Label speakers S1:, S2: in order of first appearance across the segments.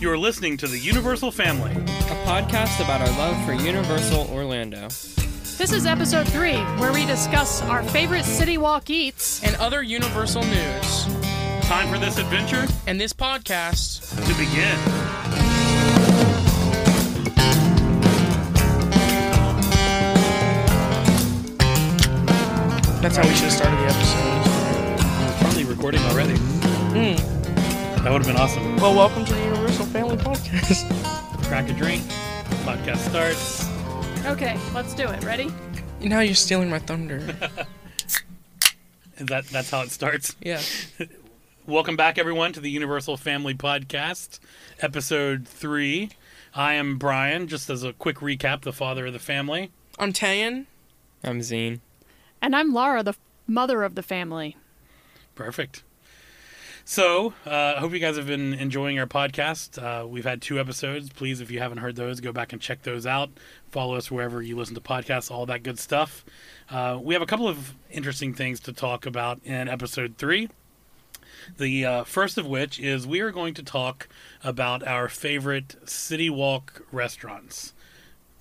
S1: You're listening to the Universal Family.
S2: a podcast about our love for Universal Orlando
S3: This is episode three, where we discuss our favorite City Walk eats.
S4: and other universal news.
S1: Time for this adventure
S4: And this podcast,
S1: to begin.
S4: that's how we should have started the episode.
S1: We're probably recording already. That would have been awesome.
S4: Well, welcome to the Universal Family Podcast.
S1: Crack a drink. Podcast starts.
S3: Okay, let's do it. Ready?
S4: You know how you're stealing my thunder.
S1: And That that's how it starts.
S4: Yeah.
S1: Welcome back, everyone, to the Universal Family Podcast, episode three. I am Brian. Just as a quick recap, the father of the family.
S4: I'm Tayan.
S2: I'm Zine.
S3: And I'm Laura, the mother of the family.
S1: Perfect. So, uh, I hope you guys have been enjoying our podcast. Uh, we've had two episodes. Please, if you haven't heard those, go back and check those out. Follow us wherever you listen to podcasts, all that good stuff. Uh, we have a couple of interesting things to talk about in episode three. The uh, first of which is we are going to talk about our favorite City Walk restaurants.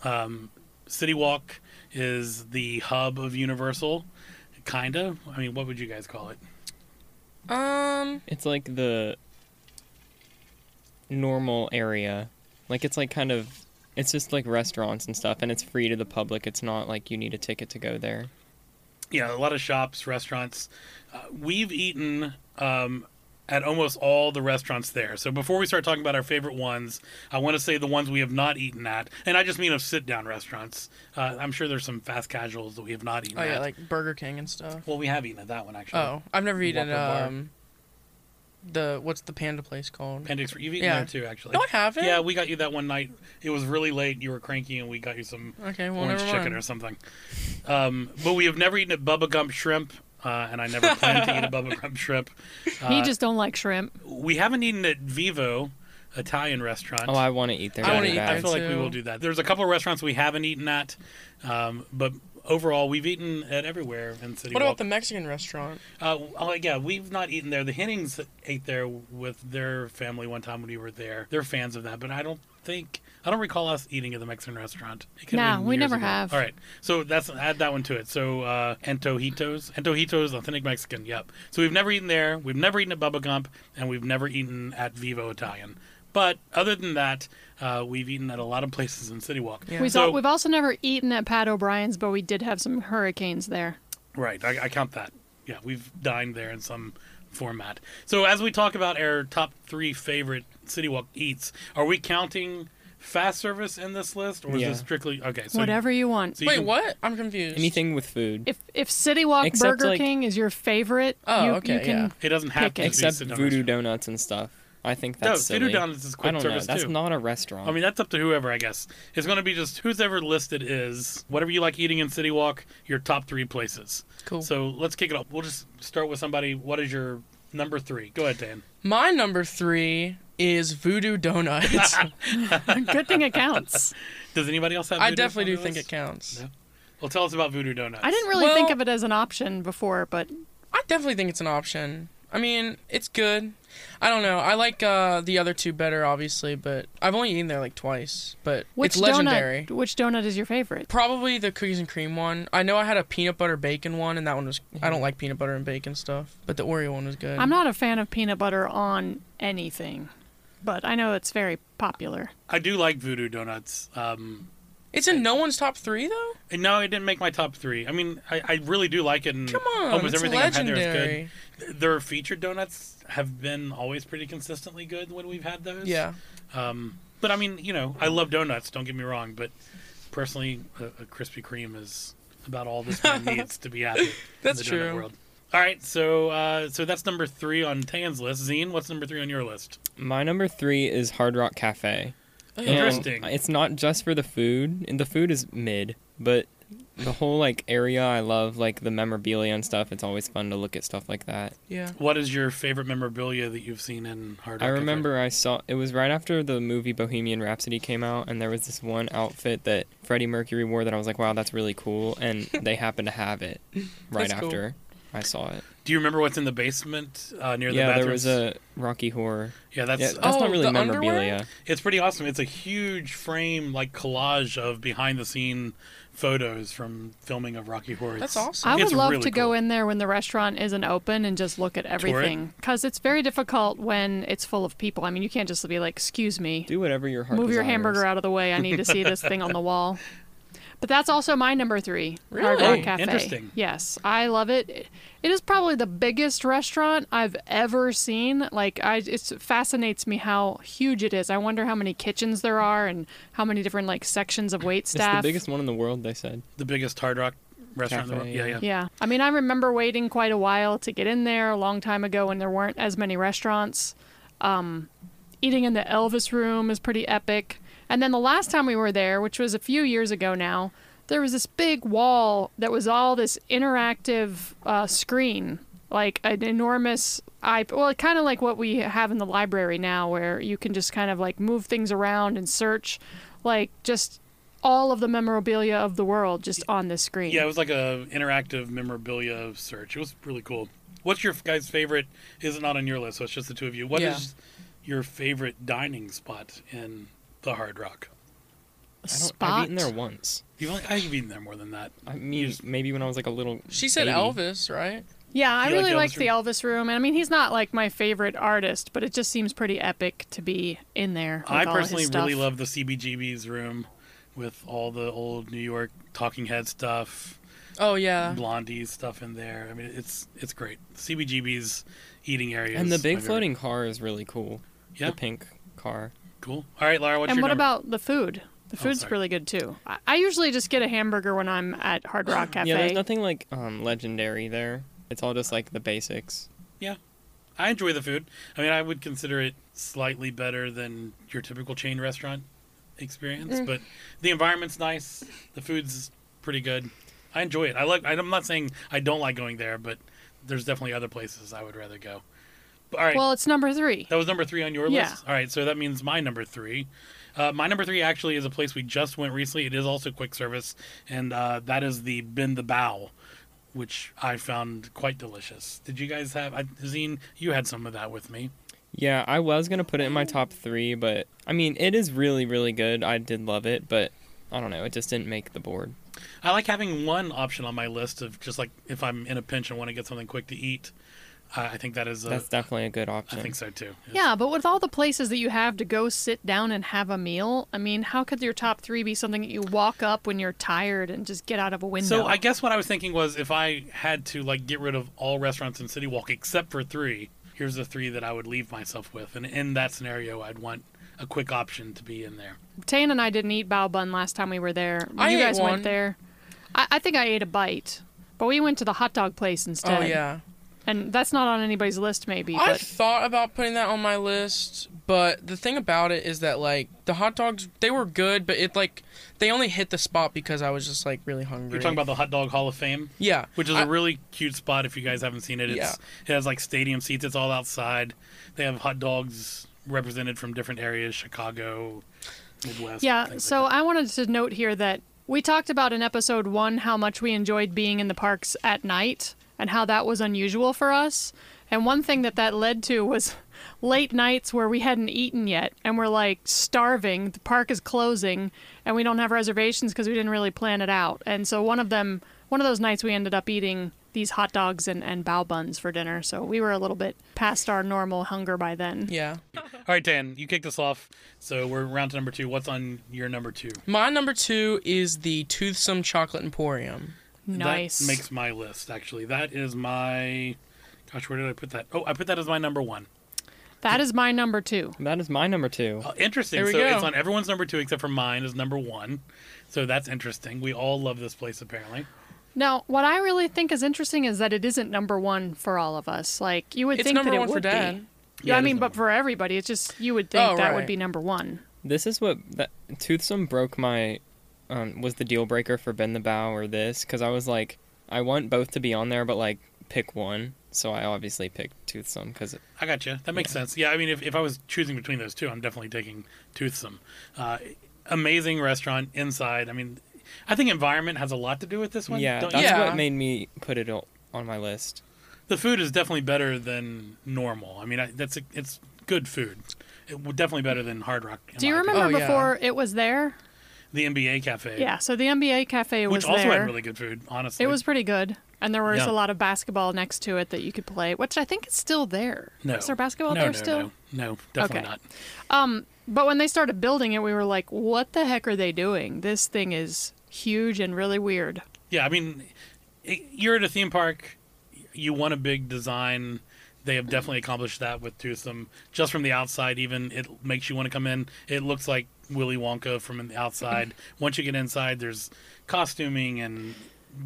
S1: Um, City Walk is the hub of Universal, kinda. I mean, what would you guys call it?
S4: Um,
S2: It's like the normal area. Like it's like kind of it's just like restaurants and stuff and it's free to the public. It's not like you need a ticket to go there.
S1: yeah, a lot of shops, restaurants. Uh, we've eaten um, at almost all the restaurants there. So before we start talking about our favorite ones, I want to say the ones we have not eaten at, and I just mean of sit down restaurants. Uh, I'm sure there's some fast casuals that we have not eaten.
S4: oh
S1: at.
S4: yeah, like Burger King and stuff.
S1: well, we have eaten at that one actually.
S4: Oh, I've never eaten
S1: Whopper bar.
S4: um the what's the panda place called?
S1: Appendix, you've eaten
S4: Yeah.
S1: there too, actually.
S4: No, I haven't.
S1: Yeah, we got you that one night. It was really late. You were cranky, and we got you some
S4: Okay, well
S1: orange
S4: never
S1: chicken
S4: mind.
S1: or something. Um, but we have never eaten at Bubba Gump Shrimp, uh, and I never plan to eat a Bubba Gump Shrimp.
S3: he
S1: Uh,
S3: just don't like shrimp.
S1: we haven't eaten at Vivo Italian restaurant.
S2: Oh, I want to eat there.
S4: I
S2: really
S4: wanna eat
S2: bad.
S1: I feel like we
S4: too.
S1: will do that. There's a couple of restaurants we haven't eaten at, um, but overall we've eaten at everywhere in City
S4: What
S1: Walk.
S4: about the Mexican restaurant?
S1: Uh, oh yeah, we've not eaten there. The Hennings ate there with their family one time when we were there. They're fans of that, but I don't think I don't recall us eating at the Mexican restaurant. It could've
S3: Nah,
S1: been
S3: we
S1: years
S3: never
S1: ago.
S3: have.
S1: All right, so that's add that one to it. So uh, Antojitos, Antojitos, authentic Mexican. Yep. So we've never eaten there. We've never eaten at Bubba Gump, and we've never eaten at Vivo Italian. But other than that, uh, we've eaten at a lot of places in City Walk.
S4: Yeah.
S3: We've,
S1: So-
S3: al- we've also never eaten at Pat O'Brien's, but we did have some hurricanes there.
S1: Right, I, I count that. Yeah, we've dined there in some format. So as we talk about our top three favorite City Walk eats, are we counting fast service in this list, or is
S2: Yeah.
S1: this strictly okay? So
S3: Whatever you want.
S1: So you
S4: Wait,
S1: can-
S4: what? I'm confused.
S2: Anything with food.
S3: If if City Walk
S2: Except,
S3: Burger
S2: like-
S3: King is your favorite,
S4: Oh,
S3: you,
S4: okay,
S3: you can.
S4: yeah.
S1: It doesn't have
S3: Pick
S1: to
S3: it.
S1: be
S2: Except
S1: sit-down
S2: voodoo
S1: restaurant.
S2: donuts and stuff. I think that's
S1: no,
S2: silly.
S1: Voodoo Donuts is
S2: I
S1: quick
S2: don't know.
S1: service
S2: That's
S1: too.
S2: not a restaurant.
S1: I mean, that's up to whoever, I guess. It's going to be just who's ever listed is whatever you like eating in City Walk, your top three places.
S4: Cool.
S1: So let's kick it off. We'll just start with somebody. What is your number three? Go ahead, Dan.
S4: My number three is Voodoo Donuts.
S3: Good thing it counts.
S1: Does anybody else have?
S4: I
S1: Voodoo
S4: definitely do
S1: on their
S4: think
S1: list?
S4: it counts.
S1: No. Well, tell us about Voodoo Donuts.
S3: I didn't really
S4: Well-
S3: think of it as an option before, but
S4: I definitely think it's an option. I mean, it's good. I don't know. I like uh, the other two better, obviously, but I've only eaten there like twice. But
S3: which
S4: it's legendary.
S3: donut? Which donut is your favorite?
S4: Probably the cookies and cream one. I know I had a peanut butter bacon one, and that one was. I don't like peanut butter and bacon stuff, but the Oreo one was good.
S3: Mm-hmm. I'm not a fan of peanut butter on anything, but I know it's very popular.
S1: I do like Voodoo Donuts. Um,
S4: It's in no one's top three though.
S1: and no, it didn't make my top three. I mean, I, I really do like it. And
S4: Come on,
S1: almost
S4: it's
S1: Oh, everything
S4: legendary.
S1: I've had there is good. Their featured donuts have been always pretty consistently good when we've had those.
S4: Yeah,
S1: Um, but I mean, you know, I love donuts. Don't get me wrong, but personally, a, a Krispy Kreme is about all this man needs to be happy. in
S4: That's
S1: the donut
S4: true.
S1: World. All right, so uh, so that's number three on Tan's list. Zine, what's number three on your list?
S2: My number three is Hard Rock Cafe. And
S1: Interesting.
S2: It's not just for the food, and the food is mid, but the whole like area I love, like the memorabilia and stuff. It's always fun to look at stuff like that.
S4: yeah.
S1: What is your favorite memorabilia that you've seen in Hard Rock?
S2: I
S1: Cafe?
S2: remember I saw it was right after the movie Bohemian Rhapsody came out, and there was this one outfit that Freddie Mercury wore that I was like, wow, that's really cool, and they happened to have it right
S4: That's cool.
S2: after. I saw it.
S1: Do you remember what's in the basement uh, near
S2: yeah,
S1: the
S2: there
S1: bathrooms?
S2: was a Rocky Horror.
S1: yeah, that's
S2: yeah,
S1: oh,
S2: that's
S4: Oh,
S2: not really
S4: the
S2: memorabilia.
S1: it's pretty awesome. It's a huge frame like collage of behind the scene photos from filming of Rocky Horror.
S4: That's
S1: It's-
S4: awesome.
S3: I would
S1: It's
S3: love
S1: really
S3: to go
S1: cool.
S3: in there when the restaurant isn't open and just look at everything because it's very difficult when it's full of people. I mean, you can't just be like, "Excuse me,
S2: Do whatever your heart
S3: move your
S2: desires.
S3: hamburger out of the way. I need to see this thing on the wall." But that's also my number three, Hard
S4: Really?
S3: Rock Cafe.
S1: Interesting.
S3: Yes, I love it. It is probably the biggest restaurant I've ever seen. Like, I it fascinates me how huge it is. I wonder how many kitchens there are and how many different like sections of wait
S2: It's
S3: staff.
S2: the biggest one in the world. They said.
S1: The biggest Hard Rock restaurant in the
S2: Cafe,
S1: world. Yeah, yeah.
S2: yeah.
S3: Yeah. I mean, I remember waiting quite a while to get in there a long time ago when there weren't as many restaurants. Um, eating in the Elvis room is pretty epic. And then the last time we were there, which was a few years ago now, there was this big wall that was all this interactive uh, screen, like an enormous iP Well, kind of like what we have in the library now, where you can just kind of like move things around and search, like just all of the memorabilia of the world just on this screen.
S1: Yeah, it was like a interactive memorabilia search. It was really cool. What's your guys' favorite? Is it not on your list? So it's just the two of you. What is
S4: Yeah.
S1: your favorite dining spot in the Hard Rock?
S2: I don't,
S3: spot.
S2: I've eaten there once.
S1: You've only, I've been there more than that.
S2: I mean, maybe when I was like a little.
S4: She said
S2: baby.
S4: Elvis, right?
S3: Yeah, I
S1: You like
S3: really
S1: the
S3: like
S1: Elvis
S3: the Elvis room, and I mean, he's not like my favorite artist, but it just seems pretty epic to be in there. with
S1: I
S3: all his
S1: personally
S3: stuff.
S1: really love the CBGB's room with all the old New York Talking Head stuff,
S4: Oh yeah.
S1: Blondie's stuff in there. I mean, it's it's great. CBGB's eating area
S2: And the
S1: is my
S2: big
S1: favorite.
S2: floating car is really cool.
S1: Yeah.
S2: The pink car.
S1: Cool. All right, Lara, what's
S3: And
S1: your
S3: what
S1: number?
S3: about the food? The
S1: Oh,
S3: food's
S1: sorry.
S3: really good too. I, I usually just get a hamburger when I'm at Hard Rock Cafe.
S2: Yeah, there's nothing like um, legendary there. It's all just like the basics.
S1: I enjoy the food. I mean, I would consider it slightly better than your typical chain restaurant experience,
S3: Mm.
S1: but the environment's nice. The food's pretty good. I enjoy it. I like. I'm not saying I don't like going there, but there's definitely other places I would rather go. But, all right,
S3: Well, it's number three.
S1: that was number three on your
S3: Yeah.
S1: list. All right, so that means my number three. Uh, my number three actually is a place we just went recently. It is also quick service, and uh, that is the Bend the Bow, which I found quite delicious. Did you guys have? I, Zine, you had some of that with me.
S2: Yeah, I was gonna put it in my top three, but I mean, it is really, really good. I did love it, but I don't know, it just didn't make the board.
S1: I like having one option on my list of just like if I'm in a pinch and want to get something quick to eat. I I think that is. A,
S2: That's definitely a good
S1: I
S2: option.
S1: think so too. It's-
S3: Yeah, but with all the places that you have to go sit down and have a meal, I mean, how could your top three be something that you walk up when you're tired and just get out of a window?
S1: So I guess what I was thinking was if I had to like get rid of all restaurants in City Walk except for three, here's the three that I would leave myself with, and in that scenario, I'd want a quick option to be in there.
S3: Tane and I didn't eat bao bun last time we were there. When
S4: I
S3: you
S4: ate
S3: guys
S4: one.
S3: went there. I, I think I ate a bite, but we went to the hot dog place
S4: Oh
S3: instead.
S4: yeah.
S3: And that's not on anybody's list, maybe.
S4: I
S3: But
S4: thought about putting that on my list, but the thing about it is that like the hot dogs, they were good, but it like they only hit the spot because I was just like really hungry.
S1: You're talking about the Hot Dog Hall of Fame,
S4: yeah,
S1: which is
S4: I-
S1: a really cute spot if you guys haven't seen it. It's it has like stadium seats. It's all outside. They have hot dogs represented from different areas, Chicago, Midwest.
S3: yeah,
S1: things like
S3: so
S1: that.
S3: I wanted to note here that we talked about in episode one how much we enjoyed being in the parks at night and how that was unusual for us. And one thing that that led to was late nights where we hadn't eaten yet and we're like starving. The park is closing and we don't have reservations because we didn't really plan it out. And so one of them, one of those nights, we ended up eating these hot dogs and, and bao buns for dinner. So we were a little bit past our normal hunger by then.
S4: yeah.
S1: All right, Dan, you kicked us off. So we're round to number two. What's on your number two?
S4: My number two is the Toothsome Chocolate Emporium.
S3: Nice.
S1: That makes my list, actually. That is my. Gosh, where did I put that? Oh, I put that as my number one.
S3: That is my number two.
S2: that is my number two.
S1: Uh, interesting.
S4: There we
S1: so
S4: go.
S1: it's on everyone's number two except for mine is number one. So that's interesting. We all love this place, apparently.
S3: Now, what I really think is interesting is that it isn't number one for all of us. Like you would
S4: It's
S3: think
S4: number
S3: that it
S4: one for
S3: would be.
S4: Dad.
S1: Yeah,
S3: Yeah,
S1: it
S3: I
S1: is
S3: mean,
S1: number
S3: but for everybody, it's just you would think
S4: Oh,
S3: that
S4: right.
S3: would be number one.
S2: This is what that toothsome broke my um, was the deal breaker for Ben the Bow or this because I was like, I want both to be on there, but like pick one. So I obviously picked toothsome because
S1: I got you. That makes sense. Yeah, I mean, if, if I was choosing between those two, I'm definitely taking Toothsome. Uh, amazing restaurant inside. I mean, I think environment has a lot to do with this one.
S2: yeah,
S1: don't
S2: that's
S1: you?
S4: Yeah.
S2: what made me put it all, on my list.
S1: The food is definitely better than normal. I mean, I, that's it's good food. It, w- definitely better than Hard Rock. in
S3: Do you
S1: my opinion.
S3: remember
S4: Oh, yeah.
S3: before it was there?
S1: the NBA Cafe?
S3: Yeah, so the NBA cafe
S1: which
S3: was
S1: also
S3: there.
S1: had really good food. Honestly,
S3: it was pretty good. And there was
S1: Yeah.
S3: a lot of basketball next to it that you could play, which I think is still there.
S1: no.
S3: Is there basketball
S1: no,
S3: there
S1: no,
S3: still?
S1: No, no, definitely
S3: Okay.
S1: not.
S3: But when they started building it, we were like, what the heck are they doing? This thing is huge and really weird.
S1: Yeah, I mean, it, you're at a theme park. You want a big design. They have definitely accomplished that with Toothsome. Just from the outside, even it makes you want to come in. It looks like Willy Wonka from the outside. Once you get inside, there's costuming and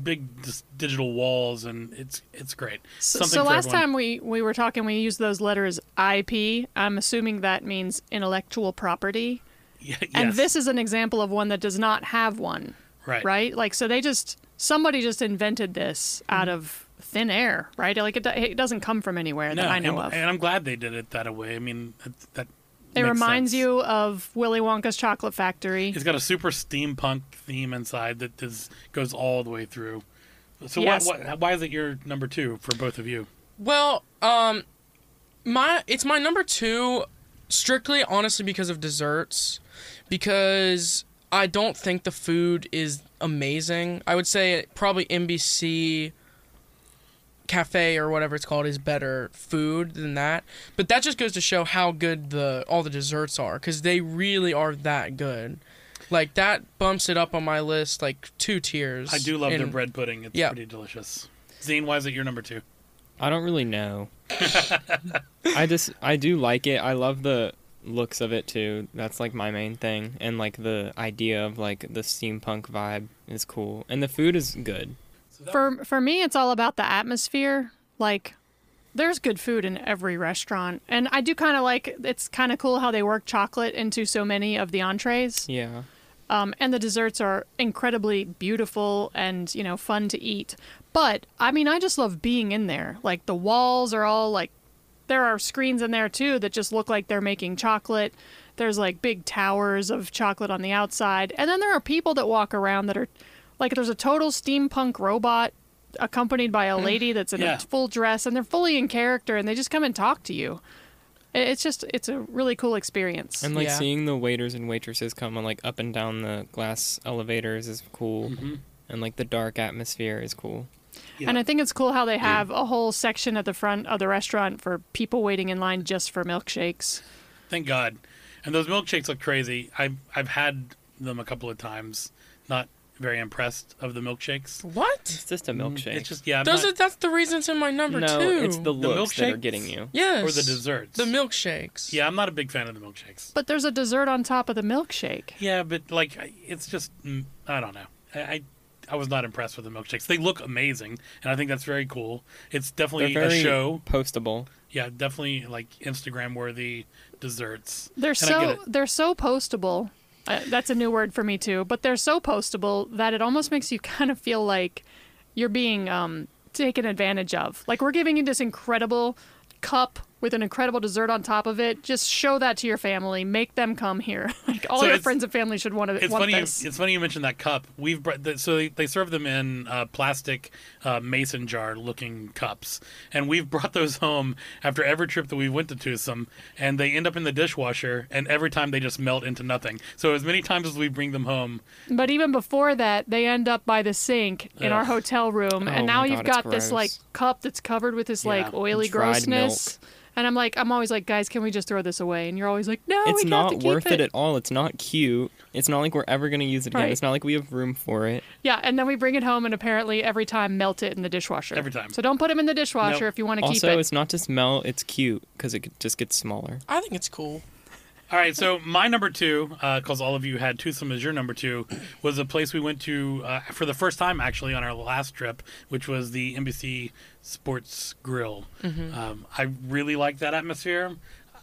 S1: big dis- digital walls, and it's it's great.
S3: So,
S1: Something
S3: so
S1: for
S3: last
S1: everyone.
S3: time we, we were talking, we used those letters IP. I'm assuming that means intellectual property.
S1: Yeah,
S3: And
S1: yes,
S3: this is an example of one that does not have one,
S1: right.
S3: right? Like, so they just, somebody just invented this out of thin air, right? Like, it, do- it doesn't come from anywhere that I know
S1: and,
S3: of.
S1: and I'm glad they did it that way. I mean, that, that
S3: It
S1: makes
S3: reminds
S1: sense.
S3: you of Willy Wonka's Chocolate Factory.
S1: It's got a super steampunk theme inside that is, goes all the way through. So
S3: Yes.
S1: why, why, why is it your number two for both of you?
S4: Well, um, my it's my number two, strictly honestly because of desserts, because I don't think the food is amazing. I would say probably NBC cafe or whatever it's called is better food than that but that just goes to show how good the all the desserts are because they really are that good like that bumps it up on my list like two tiers
S1: I do love their
S4: in-
S1: bread pudding. It's
S4: yeah.
S1: pretty delicious. Zine, why is it your number two?
S2: I don't really know. I just I do like it. I love the looks of it too. That's like my main thing, and like the idea of like the steampunk vibe is cool, and the food is good.
S3: for for me it's all about the atmosphere like there's good food in every restaurant and i do kind of like it's kind of cool how they work chocolate into so many of the entrees
S2: Yeah,
S3: um, and the desserts are incredibly beautiful and you know fun to eat but i mean i just love being in there like the walls are all like there are screens in there too that just look like they're making chocolate there's like big towers of chocolate on the outside and then there are people that walk around that are like there's a total steampunk robot accompanied by a lady that's in
S1: Yeah.
S3: a full dress and they're fully in character and they just come and talk to you It- it's just it's a really cool experience
S2: and like
S4: Yeah.
S2: seeing the waiters and waitresses come on like up and down the glass elevators is cool, and like the dark atmosphere is cool.
S1: Yeah.
S3: And I think it's cool how they have a whole section at the front of the restaurant for people waiting in line just for milkshakes.
S1: Thank God. And those milkshakes look crazy. I've, I've had them a couple of times. Not very impressed of the milkshakes.
S4: what
S2: It's just a milkshake.
S1: It's just, yeah. I'm
S4: Those
S1: not-
S4: are, that's the reason it's in my number
S2: no,
S4: two.
S2: it's the
S1: The
S2: looks that are
S1: milkshakes?
S2: getting you.
S4: yes
S1: or the desserts.
S4: the milkshakes.
S1: Yeah, I'm not a big fan of the milkshakes.
S3: But there's a dessert on top of the milkshake.
S1: Yeah, but like I- it's just mm, I don't know. I, I I was not impressed with the milkshakes. They look amazing, and I think that's very cool. It's
S2: They're
S1: definitely
S2: very
S1: a show.
S2: postable.
S1: Yeah, definitely like Instagram worthy desserts.
S3: They're
S1: And I
S3: so
S1: get it.
S3: they're so postable. Uh, that's a new word for me too. But they're so postable that it almost makes you kind of feel like you're being um, taken advantage of. Like we're giving you this incredible cup with an incredible dessert on top of it. Just show that to your family. Make them come here. like all
S1: So
S3: your
S1: it's-
S3: friends and family should want to
S1: It's
S3: want
S1: funny. You,
S3: this.
S1: it's funny you mentioned that cup. We've br- th- so they, they serve them in uh, plastic uh, mason jar looking cups, and we've brought those home after every trip that we went to Tucson, and they end up in the dishwasher, and every time they just melt into nothing. So as many times as we bring them home,
S3: But even before that, they end up by the sink in our
S1: Ugh.
S3: hotel
S2: Oh
S3: room, and now
S2: my
S3: you've
S2: God, it's
S3: got this like
S2: gross.
S3: cup that's covered with this like
S1: Yeah,
S3: oily
S2: dried
S3: grossness. And I'm like, I'm always like, guys, can we just throw this away? And you're always like, no,
S2: it's
S3: Oh, we have to
S2: not
S3: keep
S2: worth
S3: it.
S2: it. at all. It's not cute. It's not like we're ever gonna use it again.
S3: Right.
S2: It's not like we have room for it.
S3: yeah, and then we bring it home, and apparently every time melt it in the dishwasher.
S1: Every time.
S3: So don't put them in the dishwasher
S1: Nope.
S3: if you want to keep
S2: Also,
S3: it.
S2: it's not just melt. It's cute because it could- just gets smaller.
S4: I think it's cool.
S1: All right, so my number two, because all of you had Toothsome as your number two, was a place we went to uh, for the first time actually on our last trip, which was the NBC Sports Grill. Um, I really like that atmosphere.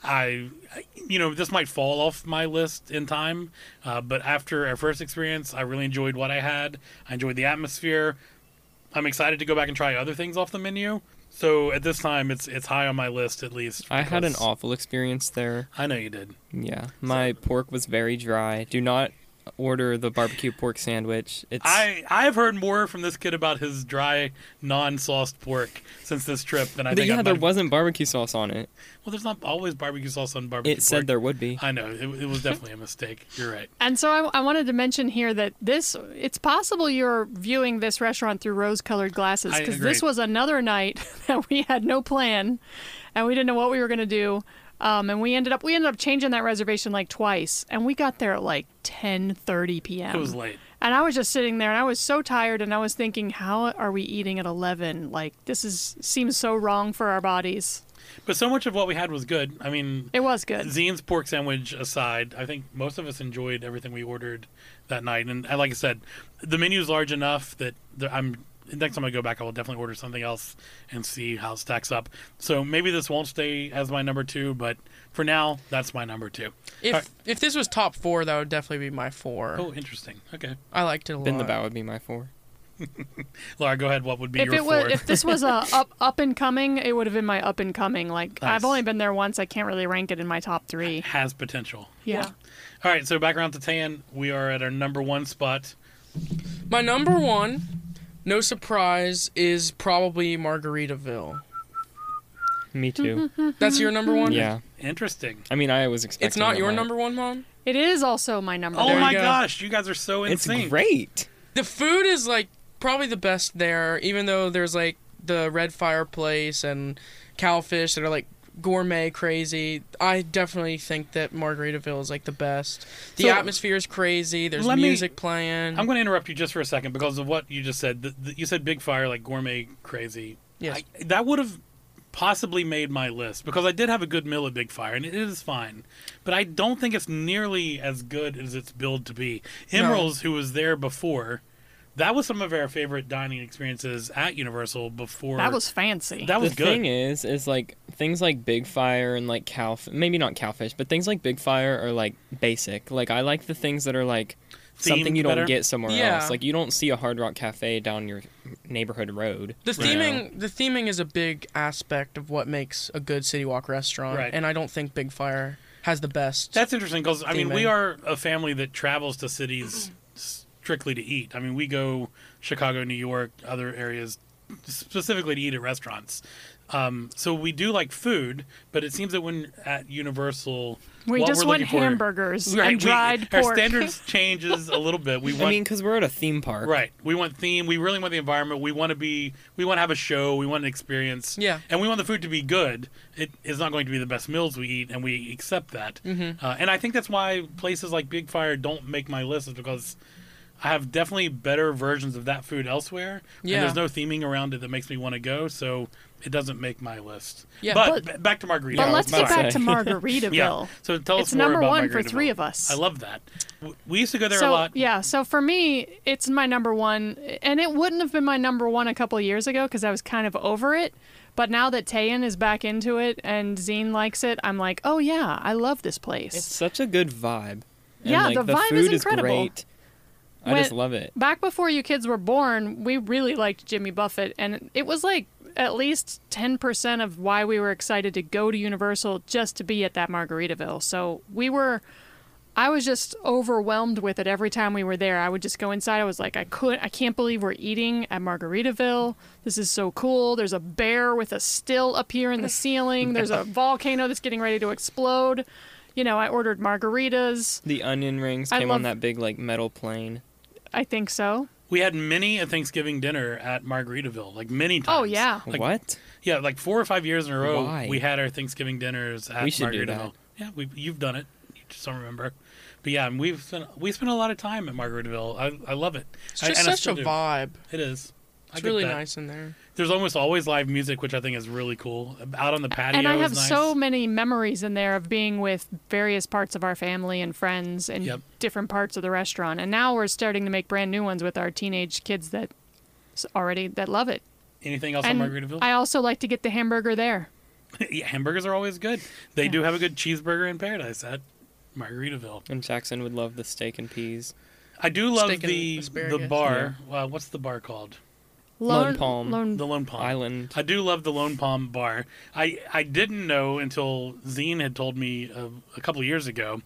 S1: I, I- you know, this might fall off my list in time, uh, but after our first experience, I really enjoyed what I had. I enjoyed the atmosphere. I'm excited to go back and try other things off the menu. So at this time, it's it's high on my list at least.
S2: I had an
S1: because-
S2: awful experience there.
S1: I know you did.
S2: Yeah, my pork was very dry. Do not order the barbecue pork sandwich. It's
S1: I I've heard more from this kid about his dry, non-sauced pork since this trip than I
S2: But
S1: think. I
S2: yeah, there
S1: might-
S2: wasn't barbecue sauce on it.
S1: Well, there's not always barbecue sauce on barbecue.
S2: It said
S1: pork.
S2: there would be.
S1: I know it, it was definitely a mistake. You're right.
S3: And so I, I wanted to mention here that this, it's possible you're viewing this restaurant through rose colored glasses
S1: I
S3: because
S1: agree.
S3: this was another night that we had no plan and we didn't know what we were going to do. Um, and we ended up we ended up changing that reservation like twice, and we got there at like 10:30 p.m.
S1: It
S2: Um,
S1: was late.
S3: And I was just sitting there and I was so tired and I was thinking, how are we eating at 11? Like, this is seems so wrong for our bodies.
S1: But so much of what we had was good. I mean,
S3: It was good.
S1: Zine's pork sandwich aside, I think most of us enjoyed everything we ordered that night. And uh, like I said, the menu is large enough that the, I'm next time I go back, I will definitely order something else and see how it stacks up. So maybe this won't stay as my number two, but for now, that's my number two.
S4: If
S1: All right.
S4: if this was top four, that would definitely be my four.
S1: Oh, interesting. Okay,
S4: I liked it a lot.
S2: Been the bow would be my four.
S1: Laura, go ahead. What would be
S3: if
S1: your
S3: it was
S1: fourth?
S3: if this was a up up and coming, it would have been my up and coming. Like
S1: Nice.
S3: I've only been there once. I can't really rank it in my top three.
S1: Has potential.
S3: Yeah.
S1: All right, so back around to Tan, we are at our number one spot.
S4: My number one, no surprise, is probably Margaritaville.
S2: Me too.
S4: That's your number one.
S2: yeah.
S1: Interesting.
S2: I mean, I was expecting.
S4: It's not
S2: it,
S4: your
S2: like-
S4: number one, mom.
S3: It is also my number.
S1: Oh
S4: There
S3: one.
S4: you
S1: my
S4: go.
S1: gosh, you guys are so
S2: It's
S1: insane.
S2: great.
S4: The food is like probably the best there, even though there's like the red fireplace and cowfish that are like gourmet crazy. I definitely think that Margaritaville is like the best. The
S1: So-
S4: atmosphere is crazy. There's
S1: Let me-
S4: music playing.
S1: I'm going to interrupt you just for a second because of what you just said. The, the, you said big fire, like gourmet crazy.
S4: yes.
S1: I, that would have possibly made my list because I did have a good meal at Big Fire and it is fine, but I don't think it's nearly as good as it's billed to be.
S4: No.
S1: Emeralds, who was there before, that was some of our favorite dining experiences at Universal before.
S3: That was fancy.
S1: that was
S2: the
S1: good.
S2: thing is, is like things like big fire and like cow, maybe not cowfish, but things like big fire are like basic. Like I like the things that are like something
S1: Themed
S2: you don't
S1: better?
S2: get somewhere
S4: Yeah.
S2: else. Like you don't see a Hard Rock Cafe down your neighborhood road.
S4: The
S2: you know?
S4: theming, the theming is a big aspect of what makes a good City Walk restaurant,
S1: Right.
S4: and I don't think Big Fire has the best.
S1: That's interesting because I mean we
S4: Theming.
S1: are a family that travels to cities strictly to eat. I mean we go Chicago, New York, other areas specifically to eat at restaurants. Um, so we do like food, but it seems that when at Universal,
S3: we
S1: what
S3: just
S1: we're
S3: want
S1: looking for-
S3: hamburgers
S1: Right,
S3: and
S1: we-
S3: dried
S1: Our
S3: pork.
S1: standards changes a little bit. We want
S2: I mean, because we're at a theme park.
S1: Right. We want theme. We really want the environment. We want to be. We want to have a show. We want an experience.
S4: Yeah.
S1: And we want the food to be good. It is not going to be the best meals we eat, and we accept that. Mm-hmm. Uh, and I think that's why places like Big Fire don't make my list, is because I have definitely better versions of that food elsewhere.
S4: Yeah.
S1: And there's no theming around it that makes me want to go, so it doesn't make my list.
S4: Yeah,
S1: But, b- back to Margarita.
S3: But
S2: Yeah,
S3: let's
S2: I
S3: get
S2: was about
S1: Sorry.
S3: back to Margaritaville.
S1: Yeah. So tell
S3: It's
S1: us more
S3: number
S1: about
S3: one for
S1: Margaritaville.
S3: three of us.
S1: I love that. W- We used to go there
S3: so,
S1: a lot.
S3: Yeah, so for me, it's my number one, and it wouldn't have been my number one a couple years ago because I was kind of over it. But now that Tayan is back into it and Zine likes it, I'm like, oh yeah, I love this place.
S2: It's such a good vibe. And,
S3: Yeah,
S2: like,
S3: the vibe
S2: food
S3: is incredible.
S2: great. I
S3: When-
S2: just love it.
S3: back before you kids were born, we really liked Jimmy Buffett, and it was like at least 10% of why we were excited to go to Universal just to be at that Margaritaville. So we were. I was just overwhelmed with it every time we were there. I would just go inside. I was like, I could, I can't believe we're eating at Margaritaville. This is so cool. There's a bear with a still up here in the ceiling. There's a volcano that's getting ready to explode. You know, I ordered margaritas.
S2: The onion rings
S3: I
S2: came on
S3: love-
S2: that big like metal plane.
S3: I think so.
S1: We had many a Thanksgiving dinner at Margaritaville, like many times.
S3: Oh, yeah.
S1: like,
S2: what?
S1: yeah, like four or five years in a row.
S2: Why?
S1: We had our Thanksgiving dinners at
S2: We should do
S1: Margaritaville. Yeah, we you've done it. You just don't remember. But yeah, and we've spent we spent a lot of time at Margaritaville. I I love it.
S4: it's
S1: I-
S4: just
S1: and I
S4: such
S1: still
S4: a
S1: do.
S4: vibe.
S1: It is. I
S4: It's
S1: get
S4: really
S1: that.
S4: nice in there.
S1: There's almost always live music, which I think is really cool. Out on the patio,
S3: and I
S1: is
S3: have
S1: nice.
S3: so many memories in there of being with various parts of our family and friends in
S1: Yep.
S3: different parts of the restaurant. And now we're starting to make brand new ones with our teenage kids that s- already that love it.
S1: Anything else
S3: and
S1: on Margaritaville?
S3: I also like to get the hamburger there.
S1: yeah, hamburgers are always good. They do have a good cheeseburger in paradise at Margaritaville.
S2: And Jackson would love the steak and peas.
S1: I do love
S4: Steak and
S1: the the
S4: asparagus.
S1: bar. Uh, what's the bar called?
S2: Lone Palm.
S3: Lone-
S1: The Lone Palm
S2: Island.
S1: I do love the Lone Palm Bar. uh, I, I didn't know until Zine had told me a, a couple years ago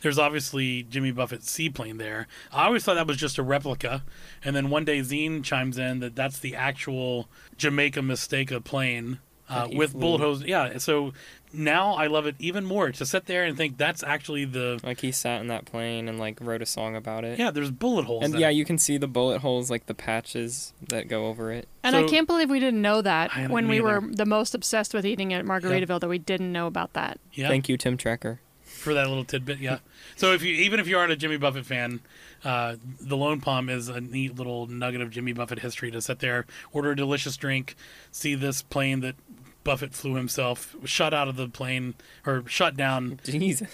S1: There's obviously Jimmy Buffett's seaplane there. I always thought that was just a replica, and then one day Zine chimes in that that's the actual Jamaica Mistake plane uh,
S2: That he
S1: with
S2: flew.
S1: bullet holes. Yeah, so now I love it even more to sit there and think that's actually the
S2: Like he sat in that plane and like wrote a song about it.
S1: yeah. There's bullet holes.
S2: And
S1: in
S2: yeah,
S1: it.
S2: you can see the bullet holes, like the patches that go over it.
S3: And I
S1: So-
S3: can't believe we didn't know
S1: I
S3: that
S1: didn't
S3: when we
S1: either.
S3: were the most obsessed with eating at Margaritaville that we didn't know about that.
S1: yeah.
S2: Thank you, Tim Trecker.
S1: for that little tidbit. Yeah. So if you even if you aren't a Jimmy Buffett fan, uh, the Lone Palm is a neat little nugget of Jimmy Buffett history to sit there, order a delicious drink, see this plane that Buffett flew himself, was shot out of the plane or shut down.
S2: Jesus.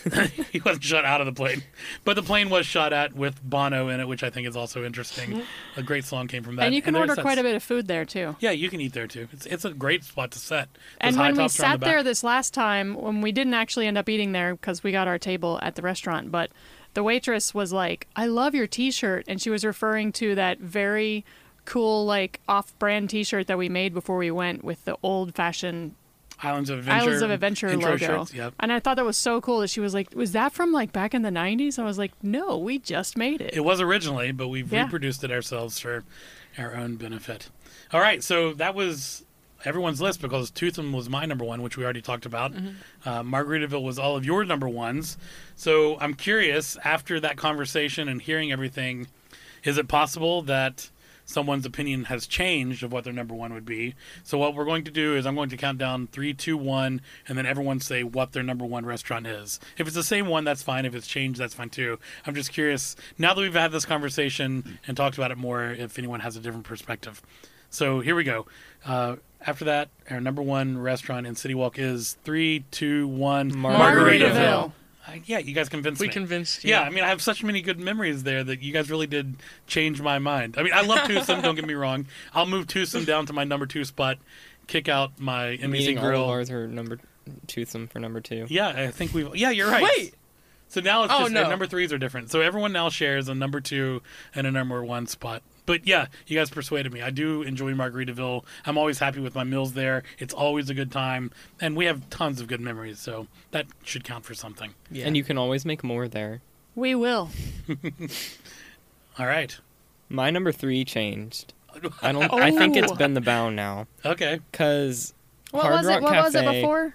S1: he wasn't shot out of the plane, but the plane was shot at with Bono in it, which I think is also interesting. a great song came from that.
S3: and you can
S1: there it
S3: order
S1: sits.
S3: quite a bit of food there too.
S1: Yeah, you can eat there too. It's it's a great spot to set. Those
S3: And
S1: high
S3: when we
S1: tops are on
S3: sat
S1: the
S3: there
S1: back.
S3: this last time, when we didn't actually end up eating there because we got our table at the restaurant, but the waitress was like, I love your t shirt. And she was referring to that very cool, like off brand t shirt that we made before we went with the old fashioned
S1: Islands of Adventure,
S3: Islands of Adventure
S1: intro
S3: logo.
S1: shirts, Yep.
S3: And I thought that was so cool that she was like, Was that from like back in the 90s? I was like, No, we just made it.
S1: It was originally, but we've
S3: Yeah.
S1: reproduced it ourselves for our own benefit. All right, so that was everyone's list because Tootham was my number one, which we already talked about. Uh, Margaritaville was all of your number ones. So I'm curious, after that conversation and hearing everything, is it possible that someone's opinion has changed of what their number one would be? So what we're going to do is I'm going to count down three, two, one, and then everyone say what their number one restaurant is. If it's the same one, that's fine. If it's changed, that's fine too. I'm just curious. Now that we've had this conversation and talked about it more, if anyone has a different perspective. So here we go. Uh, after that, our number one restaurant in City Walk is three, two, one,
S2: Margaritaville.
S1: Uh, yeah, you guys convinced
S4: We
S1: me.
S4: convinced you.
S1: Yeah, I mean, I have such many good memories there that you guys really did change my mind. I mean, I love Tucson, don't get me wrong. I'll move Tucson down to my number two spot, kick out my NBC
S2: Meeting all of
S1: Grill.
S2: ours were number toothsome for number two.
S1: Yeah, I think we've. Yeah, you're right.
S4: Wait.
S1: So now it's
S4: Oh,
S1: just our
S4: no.
S1: number threes are different. So everyone now shares a number two and a number one spot. But yeah, you guys persuaded me. I do enjoy Margaritaville. I'm always happy with my meals there. It's always a good time, and we have tons of good memories. So that should count for something.
S4: Yeah.
S2: And you can always make more there.
S3: We will.
S1: All right.
S2: My number three changed. I don't. I think it's
S3: Oh.
S2: been the bow now,
S1: Okay.
S2: cause
S3: What
S2: Hard
S3: was
S2: Rock
S3: it? What was it
S2: Cafe.
S3: before?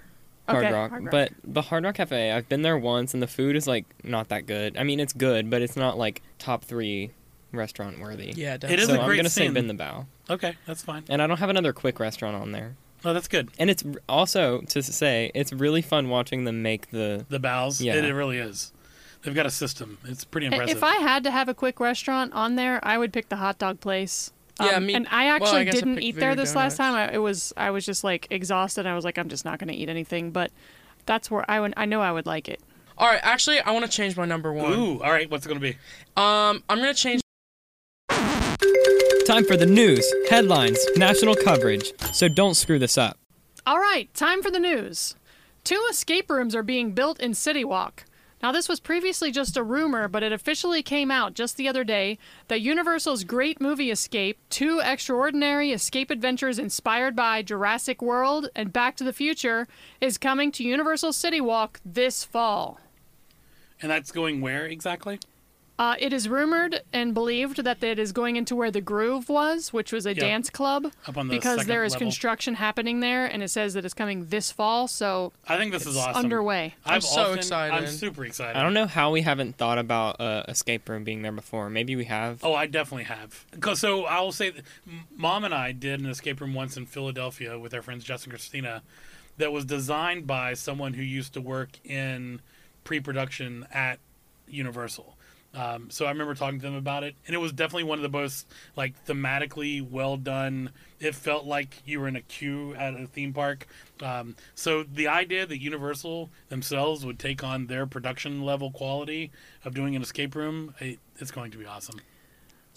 S2: Hard,
S3: okay,
S2: Rock,
S3: Hard Rock.
S2: But the Hard Rock Cafe, I've been there once, and the food is like not that good. I mean, it's good, but it's not like top three restaurant worthy.
S4: Yeah,
S1: It
S4: definitely.
S1: is
S2: so
S1: a
S2: I'm
S1: great
S2: gonna say
S1: scene.
S2: Ben the Bow,
S1: Okay, that's fine.
S2: and I don't have another quick restaurant on there.
S1: Oh, that's good.
S2: And it's r- also to say it's really fun watching them make the.
S1: the bows.
S2: Yeah.
S1: It, it really is. They've got a system. It's pretty impressive.
S3: If I had to have a quick restaurant on there, I would pick the hot dog place. Um,
S4: Yeah, me-
S3: and I
S4: well, I
S3: actually
S4: guess I
S3: didn't
S4: picked
S3: eat there
S4: Voodoo
S3: this last time.
S4: Donuts.
S3: I, it was I was just like exhausted. I was like, I'm just not going to eat anything. But that's where I would I know I would like it.
S4: All right, actually, I want to change my number one.
S1: Ooh, all right. What's it going to be?
S4: Um, I'm gonna change.
S2: Time for the news, headlines, national coverage. So don't screw this up.
S3: All right, time for the news. Two escape rooms are being built in City Walk. Now, this was previously just a rumor, but it officially came out just the other day that Universal's great movie Escape, two extraordinary escape adventures inspired by Jurassic World and Back to the Future, is coming to Universal City Walk this fall.
S1: And that's going where exactly?
S3: Uh, it is rumored and believed that it is going into where the Groove was, which was a
S1: Yeah.
S3: dance club,
S1: Up on the
S3: because
S1: second
S3: there is
S1: level.
S3: construction happening there, and it says that it's coming this fall, so
S1: I think this is
S3: it's
S1: awesome.
S3: underway.
S1: I've
S4: I'm so
S1: often-
S4: excited.
S1: I'm super excited.
S2: I don't know how we haven't thought about uh, escape room being there before. Maybe we have.
S1: Oh, I definitely have. 'Cause- So I will say, that M- mom and I did an escape room once in Philadelphia with our friends Justin and Christina, that was designed by someone who used to work in pre-production at Universal. Um, so I remember talking to them about it, and it was definitely one of the most like thematically well done. It felt like you were in a queue at a theme park. Um, so the idea that Universal themselves would take on their production level quality of doing an escape room, it, it's going to be awesome.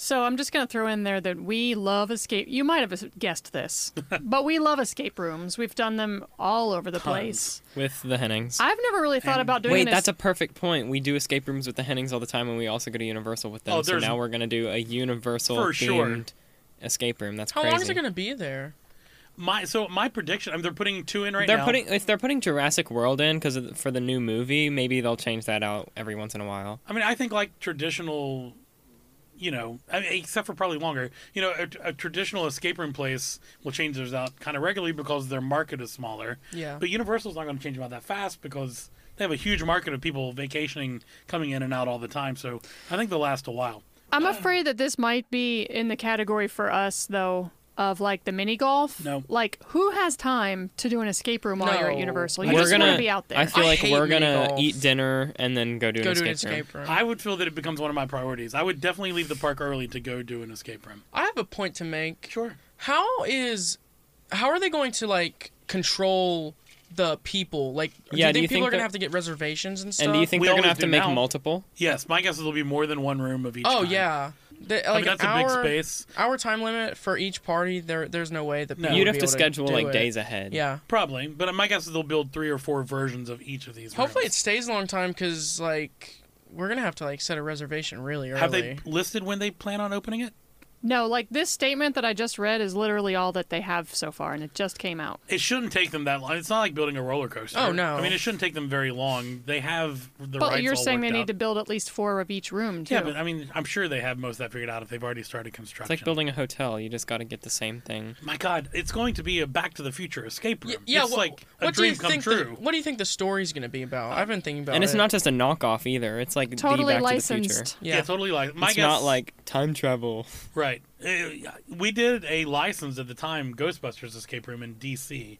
S3: So I'm just going to throw in there that we love escape. You might have guessed this, but we love escape rooms. We've done them all over the
S1: Tons.
S3: place.
S2: With the Hennings.
S3: I've never really thought
S1: And-
S3: about doing
S2: Wait,
S3: this.
S2: that's a perfect point. We do escape rooms with the Hennings all the time, and we also go to Universal with them.
S1: Oh,
S2: so
S1: there's-
S2: now we're gonna do a Universal
S1: For
S2: themed
S1: sure.
S2: escape room. That's
S4: How
S2: crazy.
S4: long is it gonna be there?
S1: my so my prediction. I mean, they're putting two in right
S2: they're
S1: now.
S2: putting if they're putting Jurassic World in because for the new movie, maybe they'll change that out every once in a while.
S1: I mean, I think like traditional, you know, I mean, except for probably longer. You know, a, a traditional escape room place will change theirs out kind of regularly because their market is smaller.
S4: Yeah.
S1: But Universal's not going to change them out that fast because they have a huge market of people vacationing, coming in and out all the time. So I think they'll last a while.
S3: I'm afraid that this might be in the category for us though of like the mini golf.
S1: No.
S3: Like who has time to do an escape room while you're at
S4: No.
S3: Universal?
S1: I
S3: You
S1: We're
S3: just want to be out there.
S2: I feel
S4: I
S2: like
S4: hate
S2: we're
S4: mini
S2: gonna
S4: golf.
S2: eat dinner and then go do an
S4: go to
S2: escape
S4: an
S2: room.
S4: escape room.
S1: I would feel that it becomes one of my priorities. I would definitely leave the park early to go do an escape room.
S4: I have a point to make.
S1: Sure.
S4: How is how are they going to like control the people? Like
S2: Yeah,
S4: do
S2: do you
S4: you think people
S2: think
S4: are gonna
S2: that-
S4: have to get reservations and stuff?
S2: And do you think
S1: We
S2: they're gonna
S1: always
S2: have to
S1: do
S2: make
S1: now.
S2: multiple?
S1: Yes, my guess is there'll be more than one room of each.
S4: Oh
S1: kind.
S4: yeah. The, like
S1: I mean, that's
S4: an
S1: a big
S4: hour-
S1: space.
S4: Hour time limit for each party. There, there's no way that
S1: No.
S4: people
S2: You'd have
S4: would be
S2: to
S4: able
S2: schedule
S4: do
S2: like
S4: it.
S2: days ahead.
S4: Yeah.
S1: Probably, but my guess is they'll build three or four versions of each of these.
S4: Hopefully it
S1: rooms.
S4: stays a long time because like we're gonna have to like set a reservation really early.
S1: have they listed when they plan on opening it?
S3: No, like this statement that I just read is literally all that they have so far, and it just came out.
S1: It shouldn't take them that long. It's not like building a roller coaster.
S4: Oh, no.
S1: I mean, it shouldn't take them very long. They have the
S3: But
S1: rights
S3: you're
S1: all
S3: saying they
S1: worked
S3: need
S1: out.
S3: to build at least four of each room too.
S1: Yeah, but I mean, I'm sure they have most of that figured out if they've already started
S2: It's
S1: construction.
S2: like building a hotel. You just got to get the same thing.
S1: My God, it's going to be a Back to the Future escape room.
S4: Y- yeah.
S1: it's
S4: wha-
S1: like a
S4: what do
S1: dream
S4: you
S1: come
S4: think
S1: true.
S4: The, what do you think the story's gonna be about? I've been thinking about
S2: and it's
S4: it.
S2: not just a knockoff either. It's like
S3: totally
S2: the Back to the
S3: licensed.
S2: Future.
S1: yeah. totally. Like my
S2: it's
S1: guess,
S2: not like time travel.
S1: Right. Uh, We did a license at the time, Ghostbusters Escape Room in DC,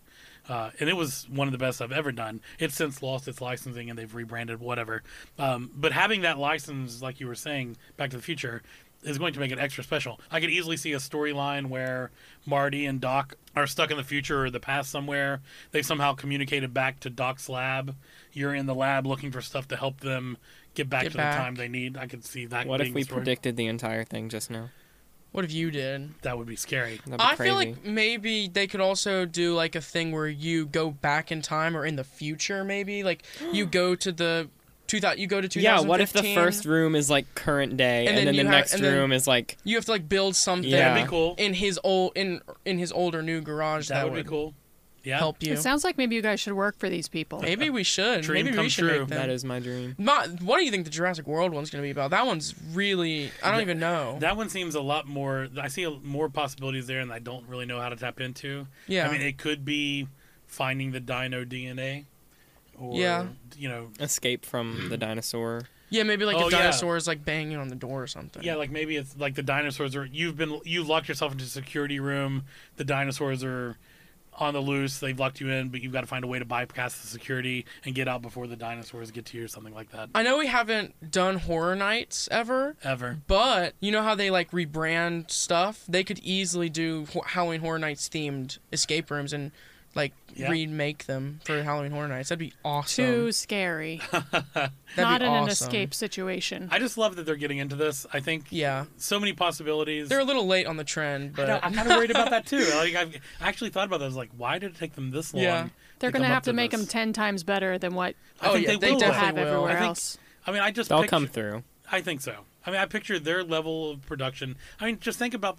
S1: uh, and it was one of the best I've ever done. It's since lost its licensing and they've rebranded whatever. Um, but having that license, like you were saying, Back to the Future, is going to make it extra special. I could easily see a storyline where Marty and Doc are stuck in the future or the past somewhere. They've somehow communicated back to Doc's lab. You're in the lab looking for stuff to help them get back
S4: Get
S1: to
S4: back.
S1: the time they need. I could see that.
S2: What if
S1: being
S2: we
S1: the story.
S2: predicted the entire thing just now?
S4: What if you did?
S1: that would be scary?
S2: That'd be
S4: I
S2: crazy.
S4: feel like maybe they could also do like a thing where you go back in time or in the future, maybe like you go to the two thousand. You go to two
S2: yeah.
S4: thousand.
S2: What if the first room is like current day,
S4: And
S2: and,
S4: then
S2: then,
S4: you
S2: the
S4: have-
S2: next
S4: and then-
S2: room is like
S4: You have to like build something.
S2: Yeah.
S1: That'd be cool.
S4: In his old in in his older new garage.
S1: That, would, be cool. Yeah.
S4: Help you.
S3: It sounds like maybe you guys should work for these people.
S4: Maybe we should.
S1: Dream
S4: maybe we
S1: come
S4: should
S1: true.
S4: make them.
S2: that is my dream.
S4: Not, what do you think the Jurassic World one's gonna be about? That one's really I don't even know.
S1: That one seems a lot more. I see a, more possibilities there, and I don't really know how to tap into.
S4: yeah.
S1: I mean, it could be finding the dino DNA, or
S4: Yeah.
S1: you know,
S2: Escape from the dinosaur.
S4: yeah, maybe like
S1: Oh,
S4: a
S1: yeah.
S4: dinosaur is like banging on the door or something.
S1: yeah, like maybe it's like the dinosaurs are. You've been you locked yourself into a security room. The dinosaurs are on the loose. They've locked you in, but you've got to find a way to bypass the security and get out before the dinosaurs get to you, or something like that.
S4: I know we haven't done horror nights ever,
S1: Ever.
S4: but you know how they like rebrand stuff? They could easily do Ho- Halloween Horror Nights themed escape rooms and like
S1: Yeah.
S4: remake them for Halloween Horror Nights. That'd be awesome.
S3: Too scary.
S4: That'd
S3: Not
S4: be
S3: in an
S4: awesome.
S3: escape situation.
S1: I just love that they're getting into this. I think
S4: Yeah.
S1: so many possibilities.
S4: They're a little late on the trend,
S1: I know,
S4: but
S1: I'm kind of worried about that too. Like I've, I actually thought about that. I was like, why did it take them this long?
S4: Yeah.
S3: They're
S1: to
S3: going to
S1: come up
S3: have to make
S1: this?
S3: them 10 times better than what
S1: I
S4: Oh,
S1: think
S4: yeah,
S1: they,
S4: they
S1: will.
S3: they
S1: though.
S3: have
S4: will.
S3: everywhere
S1: I think-
S3: else.
S1: I mean, I just
S2: They'll
S1: picture,
S2: come through.
S1: I think so. I mean, I picture their level of production. I mean, just think about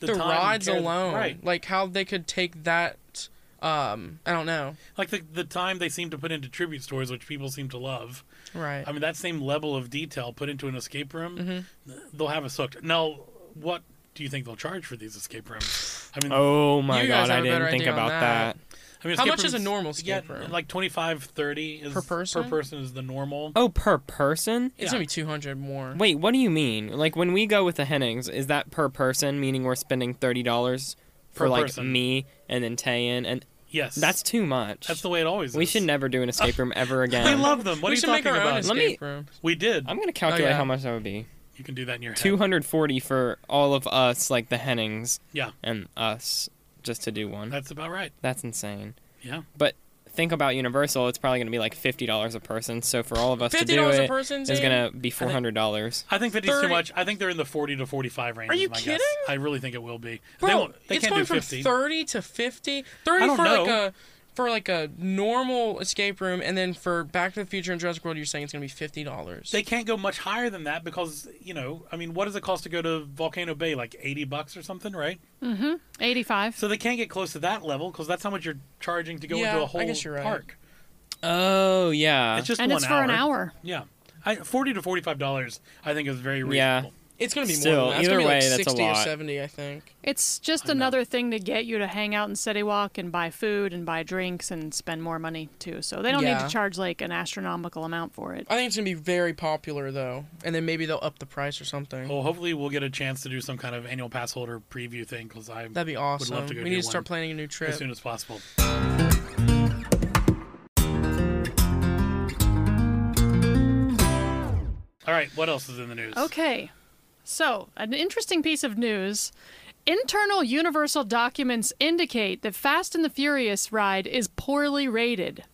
S1: the,
S4: the
S1: time
S4: rides
S1: care-
S4: alone,
S1: right?
S4: like how they could take that um I don't know.
S1: Like the the time they seem to put into tribute stories, which people seem to love.
S4: Right.
S1: I mean, that same level of detail put into an escape room,
S4: Mm-hmm.
S1: they'll have us hooked. Now, what do you think they'll charge for these escape rooms? I mean,
S2: Oh my
S4: Mm. You guys
S2: god! I
S4: have a better
S2: didn't think
S4: idea on
S2: about that.
S4: that.
S1: I mean,
S4: How
S1: escape
S4: much is a
S1: rooms-
S4: normal escape
S1: yeah,
S4: room?
S1: Like 25, 30 is
S4: Per person?
S1: Per person is the normal.
S2: Oh, per person?
S4: It's
S1: Yeah.
S4: gonna be two hundred more.
S2: Wait, what do you mean? Like when we go with the Hennings, is that per person? Meaning we're spending thirty dollars for
S1: Per
S2: like
S1: person.
S2: me and then Tayan, and
S1: Yes,
S2: that's too much.
S1: That's the way it always is.
S2: we should never do an escape room ever
S1: We
S2: again.
S1: love them. What are
S4: we
S1: you
S4: should make
S1: talking
S4: our own
S1: about?
S2: Let me-
S4: escape room.
S1: We did.
S2: I'm gonna calculate
S4: Oh, yeah.
S2: how much that would be.
S1: you can do that in your head.
S2: Two hundred forty for all of us, like the Hennings
S1: Yeah,
S2: and us, just to do one.
S1: that's about right.
S2: That's insane.
S1: Yeah.
S2: But think about Universal; it's probably gonna be like fifty dollars a person. So for all of us to
S4: Fifty
S2: do
S4: dollars a
S2: it,
S4: person
S2: it's gonna be four hundred dollars.
S1: I think 50 is too
S4: 30
S1: much. I think they're in the 40 to 45 range.
S4: Are you
S1: is my
S4: kidding?
S1: Guess. I really think it will be.
S4: Bro,
S1: they won't, they
S4: it's
S1: can't
S4: going
S1: do
S4: from
S1: 50.
S4: thirty to fifty. Thirty
S1: don't
S4: for like
S1: know.
S4: a for like a normal escape room, and then for Back to the Future and Jurassic World, you're saying it's gonna be fifty dollars.
S1: They can't go much higher than that because you know, I mean, what does it cost to go to Volcano Bay? Like eighty bucks or something, right?
S3: 85.
S1: So they can't get close to that level because that's how much you're charging to go
S4: Yeah,
S1: into
S4: I
S1: a whole
S4: guess you're right.
S1: park.
S2: Oh yeah.
S1: It's just
S3: and
S1: one
S3: it's for an hour.
S1: Yeah, I, forty to forty-five dollars. I think is very reasonable.
S2: Yeah.
S4: It's gonna be
S2: Still,
S4: more. Than that. It's
S2: either
S4: gonna be like
S2: way, that's a
S4: 60 Or
S2: lot.
S4: Seventy, I think.
S3: It's just
S1: I know.
S3: another thing to get you to hang out in City Walk and buy food and buy drinks and spend more money too. So they don't need
S4: Yeah.
S3: to charge like an astronomical amount for it.
S4: I think it's gonna be very popular though, and then maybe they'll up the price or something.
S1: Well, hopefully we'll get a chance to do some kind of annual pass holder preview thing because I
S4: That'd be awesome.
S1: to go
S4: we
S1: do
S4: need to start
S1: one.
S4: planning a new trip.
S1: as soon as possible. All right, what else is in the news?
S3: Okay. So, an interesting piece of news. Internal Universal documents indicate that Fast and the Furious ride is poorly rated.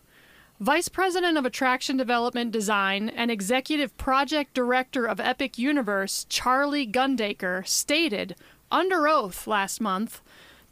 S3: Vice President of Attraction Development Design and Executive Project Director of Epic Universe, Charlie Gundaker, stated under oath last month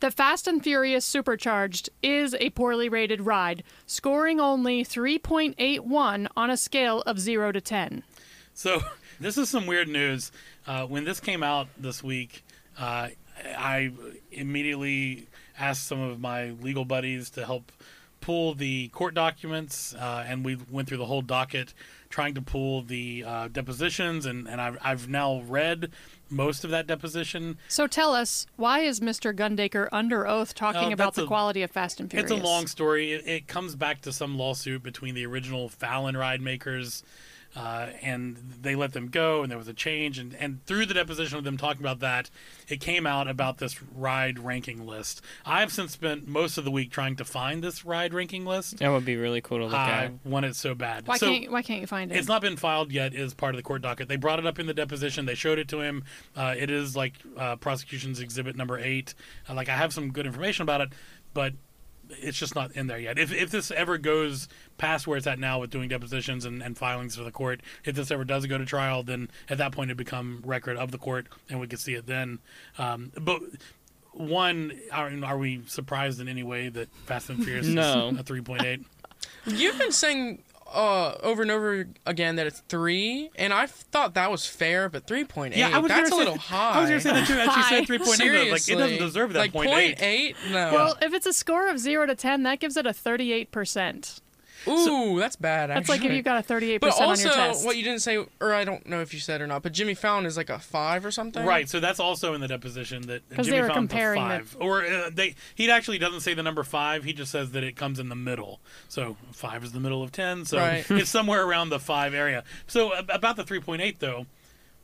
S3: that Fast and Furious Supercharged is a poorly rated ride, scoring only 3.81 on a scale of 0 to 10.
S1: So this is some weird news. Uh, when this came out this week, uh, I immediately asked some of my legal buddies to help pull the court documents, uh, and we went through the whole docket trying to pull the uh, depositions, and, and I've, I've now read most of that deposition.
S3: So tell us, why is Mr. Gundaker under oath talking
S1: Uh,
S3: about
S1: that's
S3: the
S1: a-
S3: quality of Fast and Furious?
S1: It's a long story. It, it comes back to some lawsuit between the original Fallon ride makers, uh, and they let them go, and there was a change. And, and through the deposition of them talking about that, it came out about this ride ranking list. I've since spent most of the week trying to find this ride ranking list.
S2: That would be really cool to look
S1: I
S2: at.
S1: want it so bad.
S3: Why
S1: so,
S3: can't Why can't you find it?
S1: it's not been filed yet. Is part of the court docket. They brought it up in the deposition. They showed it to him. Uh, it is like uh, prosecution's exhibit number eight. Uh, like I have some good information about it, but it's just not in there yet. If if this ever goes past where it's at now with doing depositions and, and filings for the court, if this ever does go to trial, then at that point it become record of the court, and we could see it then. Um, but. One, are, are we surprised in any way that Fast and Furious
S2: No.
S1: is a three point eight?
S4: You've been saying uh, over and over again that it's three, and I thought that was fair, but three point eight.
S1: Yeah, I was
S4: that's a
S1: gonna say-
S4: little high.
S1: I was gonna say that too. As she
S3: Hi.
S1: said, three point eight. I was Like it doesn't
S4: Seriously.
S1: deserve that
S4: like,
S1: point eight.
S4: point eight. No.
S3: well, if it's a score of zero to ten, that gives it a thirty-eight percent.
S4: Ooh, that's bad. Actually.
S3: That's like if you got a thirty-eight
S4: But
S3: percent on
S4: also,
S3: your test.
S4: what you didn't say, or I don't know if you said or not, but Jimmy Fallon is like a five or something.
S1: Right. So that's also in the deposition that
S3: 'Cause they
S1: Jimmy
S3: were
S1: found the
S3: comparing the-
S1: five, or uh, they he actually doesn't say the number five. He just says that it comes in the middle. So five is the middle of ten. So
S4: Right.
S1: it's somewhere around the five area. So ab- about the three point eight though,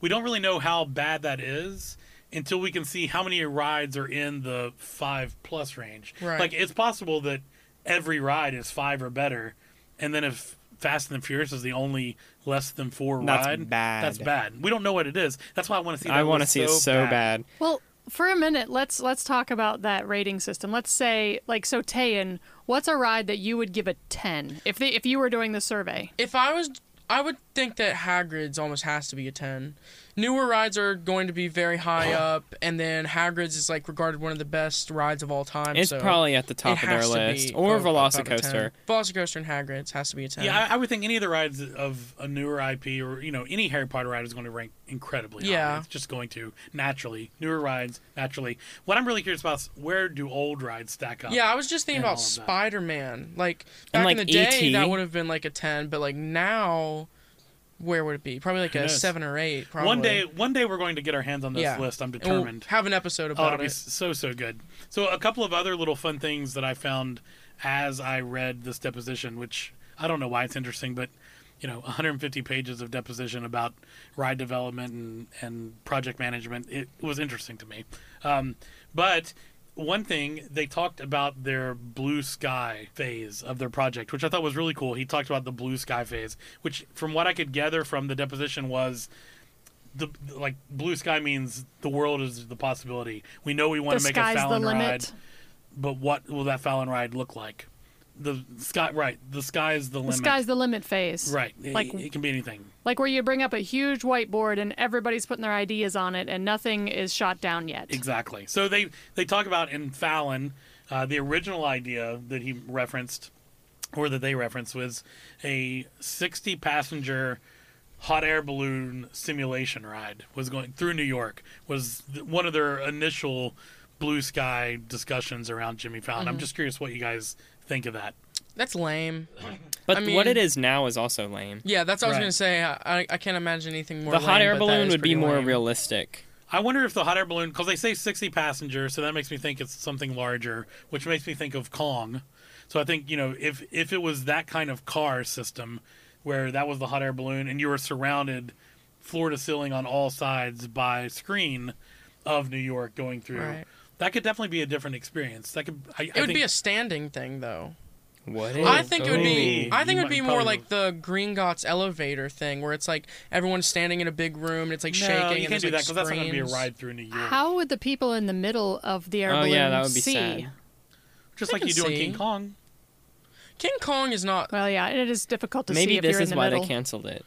S1: we don't really know how bad that is until we can see how many rides are in the five plus range.
S4: Right.
S1: Like it's possible that every ride is five or better, and then if Fast and the Furious is the only less than four
S2: That's
S1: ride.
S2: bad.
S1: That's bad. We don't know what it is. That's why I want to see. That
S2: I want to
S1: list
S2: see it so bad.
S3: well, for a minute, let's let's talk about that rating system. Let's say, like, so Tayan, what's a ride that you would give a ten if they, if you were doing the survey?
S4: If I was, I would think that Hagrid's almost has to be a ten. Newer rides are going to be very high up, and then Hagrid's is like regarded one of the best rides of all time.
S2: It's
S4: so
S2: probably at the top
S4: it
S2: of their
S4: has to
S2: list,
S4: be
S2: or
S4: ab- above a 10.
S2: Velocicoaster.
S4: Velocicoaster and Hagrid's has to be a ten.
S1: Yeah, I, I would think any of the rides of a newer IP or you know any Harry Potter ride is going to rank incredibly high.
S4: Yeah.
S1: it's just going to naturally newer rides naturally. What I'm really curious about is where do old rides stack up?
S4: Yeah, I was just thinking
S1: And
S4: about
S1: all of that.
S4: Spider Man. Like
S2: And,
S4: back
S2: like, E
S4: in the day,
S2: E.T..
S4: that would have been like a ten, but like now, where would it be? Probably like
S1: Who
S4: a
S1: knows?
S4: seven or eight. Probably
S1: One day, one day we're going to get our hands on this
S4: Yeah.
S1: list. I'm
S4: And we'll
S1: determined.
S4: have an episode
S1: Oh, it'll
S4: about
S1: be
S4: it.
S1: so so good. So a couple of other little fun things that I found as I read this deposition, which I don't know why it's interesting, but you know, 150 pages of deposition about ride development and and project management. It was interesting to me. Um, but one thing they talked about their blue sky phase of their project, which I thought was really cool. He talked about the blue sky phase, which from what I could gather from the deposition was the like blue sky means the world is the possibility. We know we want
S3: The
S1: to make a
S3: sky's the
S1: Fallon
S3: limit.
S1: ride, but what will that Fallon ride look like? The sky, right? The sky is the
S3: The
S1: limit.
S3: sky's the limit phase.
S1: right. Like
S3: like-
S1: it, it can be anything.
S3: Like where you bring up a huge whiteboard and everybody's putting their ideas on it and nothing is shot down yet.
S1: Exactly. So they they talk about in Fallon Uh, the original idea that he referenced, or that they referenced, was a 60 passenger hot air balloon simulation ride was going through New York was th- one of their initial blue sky discussions around Jimmy Fallon. I'm just curious what you guys think of that.
S4: That's lame.
S2: But
S4: I
S2: what
S4: mean-
S2: it is now is also lame.
S4: Yeah, that's what I was
S1: Right.
S4: gonna say. I, I- I can't imagine anything more.
S2: the hot
S4: lame,
S2: air
S4: but that
S2: balloon
S4: is
S2: would be
S4: pretty
S2: more
S4: lame.
S2: realistic.
S1: I wonder if the hot air balloon, because they say 60 passengers, so that makes me think it's something larger, which makes me think of Kong. So I think you know if if it was that kind of car system, where that was the hot air balloon, and you were surrounded, floor to ceiling on all sides by screen of New York going through,
S4: Right.
S1: that could definitely be a different experience. That could I,
S4: It would be a standing thing, though.
S2: What?
S4: I
S2: is-
S4: think it would be.
S1: Ooh.
S4: I think
S1: You
S4: it would be
S1: might
S4: more
S1: probably-
S4: like the Green Gots elevator thing, where it's like everyone's standing in a big room and it's like shaking.
S1: no,
S4: and
S1: you can't
S4: there's,
S1: do that
S4: like,
S1: because that's not going to be a
S4: screens.
S1: ride through New York.
S3: How would the people in the middle of the air
S2: Oh,
S3: balloon
S2: yeah, that would be
S3: see?
S2: sad.
S1: Just
S4: I
S1: like
S4: can
S1: you do in
S4: see.
S1: King Kong.
S4: King Kong is not.
S3: Well, yeah, it is difficult to see
S2: Maybe
S3: if
S2: this
S3: you're
S2: is
S3: in the
S2: why
S3: middle.
S2: they canceled it.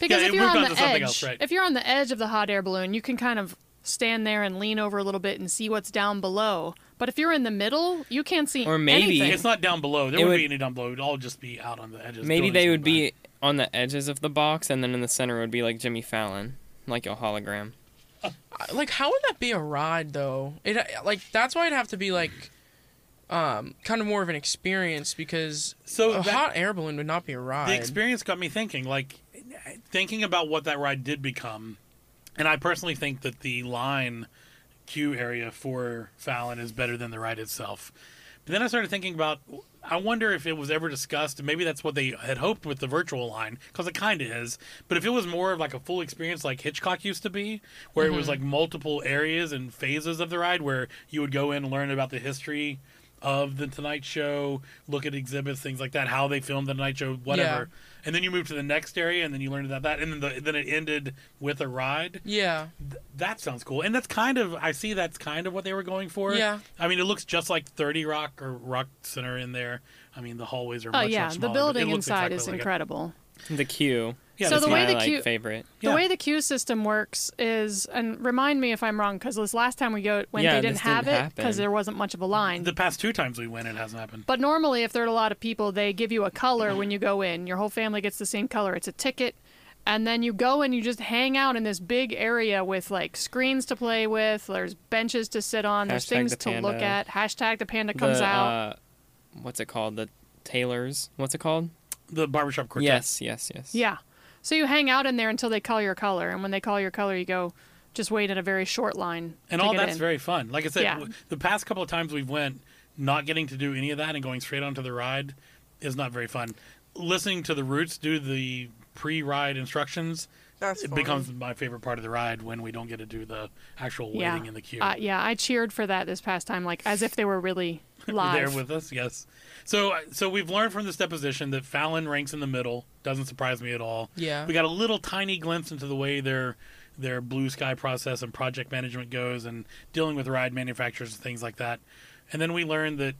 S3: Because
S1: Yeah,
S3: if
S1: it
S3: you're
S1: moved
S3: on,
S1: on to
S3: the
S1: something
S3: edge,
S1: else, right.
S3: if you're on the edge of the hot air balloon, you can kind of stand there and lean over a little bit and see what's down below. But if you're in the middle, you can't see
S2: Or maybe-
S3: anything.
S1: It's not down below. There
S2: It
S1: wouldn't
S2: would-
S1: be any down below. It would all just be out on the edges.
S2: Maybe
S1: buildings
S2: they would
S1: nearby.
S2: be on the edges of the box, and then in the center would be like Jimmy Fallon, like a hologram.
S4: uh, Like, how would that be a ride though? It uh, like that's why it'd have to be like, um, kind of more of an experience because
S1: So
S4: a
S1: that-
S4: hot air balloon would not be a ride.
S1: the experience got me thinking like thinking about what that ride did become and i personally think that the line queue area for fallon is better than the ride itself but then i started thinking about i wonder if it was ever discussed and maybe that's what they had hoped with the virtual line because it kind of is but if it was more of like a full experience like hitchcock used to be where it was like multiple areas and phases of the ride where you would go in and learn about the history of the Tonight Show, look at exhibits, things like that, how they filmed the Tonight Show, whatever. And then you move to the next area, and then you learn about that, and then the, then it ended with a ride.
S4: Yeah.
S1: That sounds cool, and that's kind of I see that's kind of what they were going for.
S4: Yeah.
S1: I mean, it looks just like Thirty Rock or Rock Center in there. I mean, the hallways are.
S3: oh
S1: much, much
S3: yeah,
S1: smaller,
S3: the
S1: but
S3: building
S1: it looks
S3: inside
S1: exactly
S3: is
S1: like it.
S3: incredible.
S2: The queue.
S1: Yeah,
S3: So
S1: it's
S3: the
S2: is
S3: way
S2: my,
S3: the
S2: like,
S3: queue-
S2: favorite.
S1: Yeah.
S3: The way the queue system works is, and remind me if I'm wrong, because this last time we go when
S2: Yeah,
S3: they didn't
S2: this
S3: have
S2: didn't
S3: it because
S2: happen.
S3: there wasn't much of a line.
S1: The past two times we went, it hasn't happened.
S3: But normally, if there are a lot of people, they give you a color when you go in. Your whole family gets the same color. It's a ticket. And then you go and you just hang out in this big area with like screens to play with. There's benches to sit on. There's
S2: Hashtag
S3: things
S2: the
S3: to look
S2: panda.
S3: at. Hashtag the panda comes
S2: the,
S3: out.
S2: Uh, what's it called? The Taylors. What's it called?
S1: The barbershop quartet.
S2: Yes, yes, yes.
S3: Yeah. So you hang out in there until they call your color. And when they call your color, you go just wait in a very short line.
S1: and
S3: to
S1: all
S3: get
S1: that's
S3: in.
S1: very fun. Like I said,
S3: Yeah.
S1: w the past couple of times we've went, not getting to do any of that and going straight onto the ride is not very fun. Listening to the Roots do the pre-ride instructions
S4: That's
S1: it
S4: fun.
S1: becomes my favorite part of the ride when we don't get to do the actual waiting
S3: yeah.
S1: in the queue.
S3: Uh, yeah, I cheered for that this past time, like as if they were really live.
S1: There with us, yes. So, uh, so we've learned from this deposition that Fallon ranks in the middle. Doesn't surprise me at all.
S4: Yeah.
S1: We got a little tiny glimpse into the way their their blue sky process and project management goes, and dealing with ride manufacturers and things like that. And then we learned that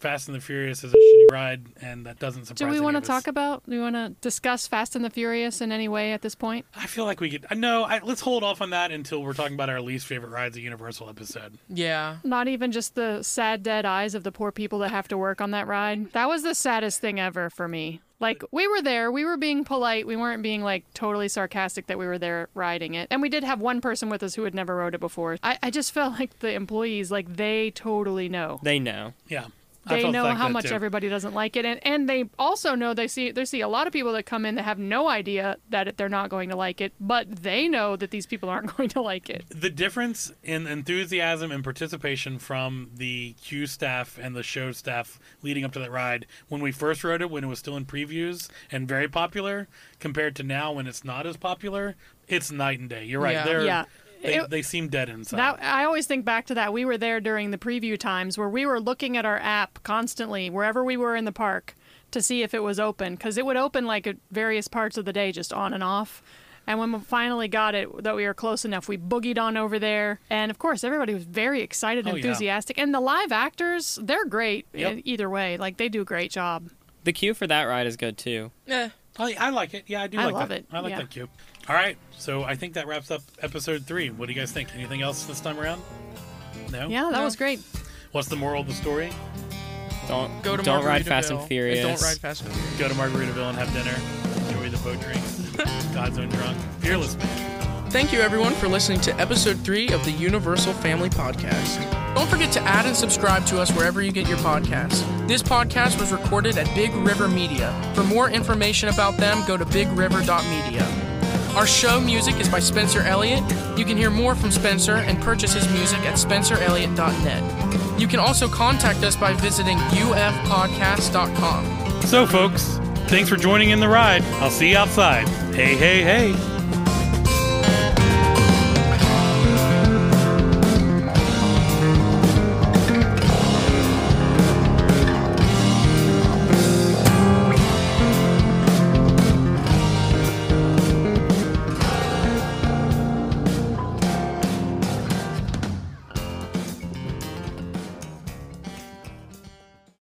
S1: Fast and the Furious is a shitty ride, and that doesn't surprise.
S3: Do we
S1: want to
S3: talk about? Do we want to discuss Fast and the Furious in any way at this point?
S1: I feel like we could. I No, I, let's hold off on that until we're talking about our least favorite rides, a Universal episode.
S4: Yeah.
S3: Not even just the sad dead eyes of the poor people that have to work on that ride. That was the saddest thing ever for me. Like we were there, we were being polite, we weren't being like totally sarcastic that we were there riding it. And we did have one person with us who had never rode it before. I, I just felt like the employees, like they totally know.
S2: They know.
S1: Yeah. I
S3: They
S1: felt
S3: know
S1: like
S3: how
S1: that,
S3: much
S1: too.
S3: everybody doesn't like it, and, and they also know they see they see a lot of people that come in that have no idea that it- they're not going to like it, but they know that these people aren't going to like it.
S1: the difference in enthusiasm and participation from the queue staff and the show staff leading up to that ride when we first rode it when it was still in previews and very popular compared to now when it's not as popular it's night and day you're right
S4: Yeah.
S1: they're
S3: Yeah.
S1: They,
S3: It-
S1: they seem dead inside
S3: That I always think back to that. We were there during the preview times where we were looking at our app constantly wherever we were in the park to see if it was open because it would open like at various parts of the day, just on and off. And when we finally got it, that we were close enough, we boogied on over there. And of course, everybody was very excited and
S1: Oh, yeah.
S3: enthusiastic. And the live actors, they're great
S1: Yep.
S3: e- either way. Like, they do a great job.
S2: The queue for that ride is good too.
S4: Eh.
S1: I, I like it yeah i do
S3: I
S1: like
S3: love
S1: that
S3: it,
S1: i like
S3: yeah.
S1: that queue all right so i think that wraps up episode three what do you guys think anything else this time around no
S3: Yeah, that
S4: No.
S3: was great.
S1: What's the moral of the story?
S2: Don't
S4: Go to
S2: don't ride Fast
S4: Margaritaville
S2: and Furious.
S4: Don't ride Fast and Furious.
S1: Go to Margaritaville and have dinner. Enjoy the boat drinks. God's own drunk. Fearless man.
S4: Thank you, everyone, for listening to episode three of the Universal Family Podcast. Don't forget to add and subscribe to us wherever you get your podcasts. This podcast was recorded at Big River Media. For more information about them, go to bigriver.media. Our show music is by Spencer Elliott. You can hear more from Spencer and purchase his music at spencerelliott.net. You can also contact us by visiting ufpodcast.com.
S1: So, folks, thanks for joining in the ride. I'll see you outside. Hey, hey, hey.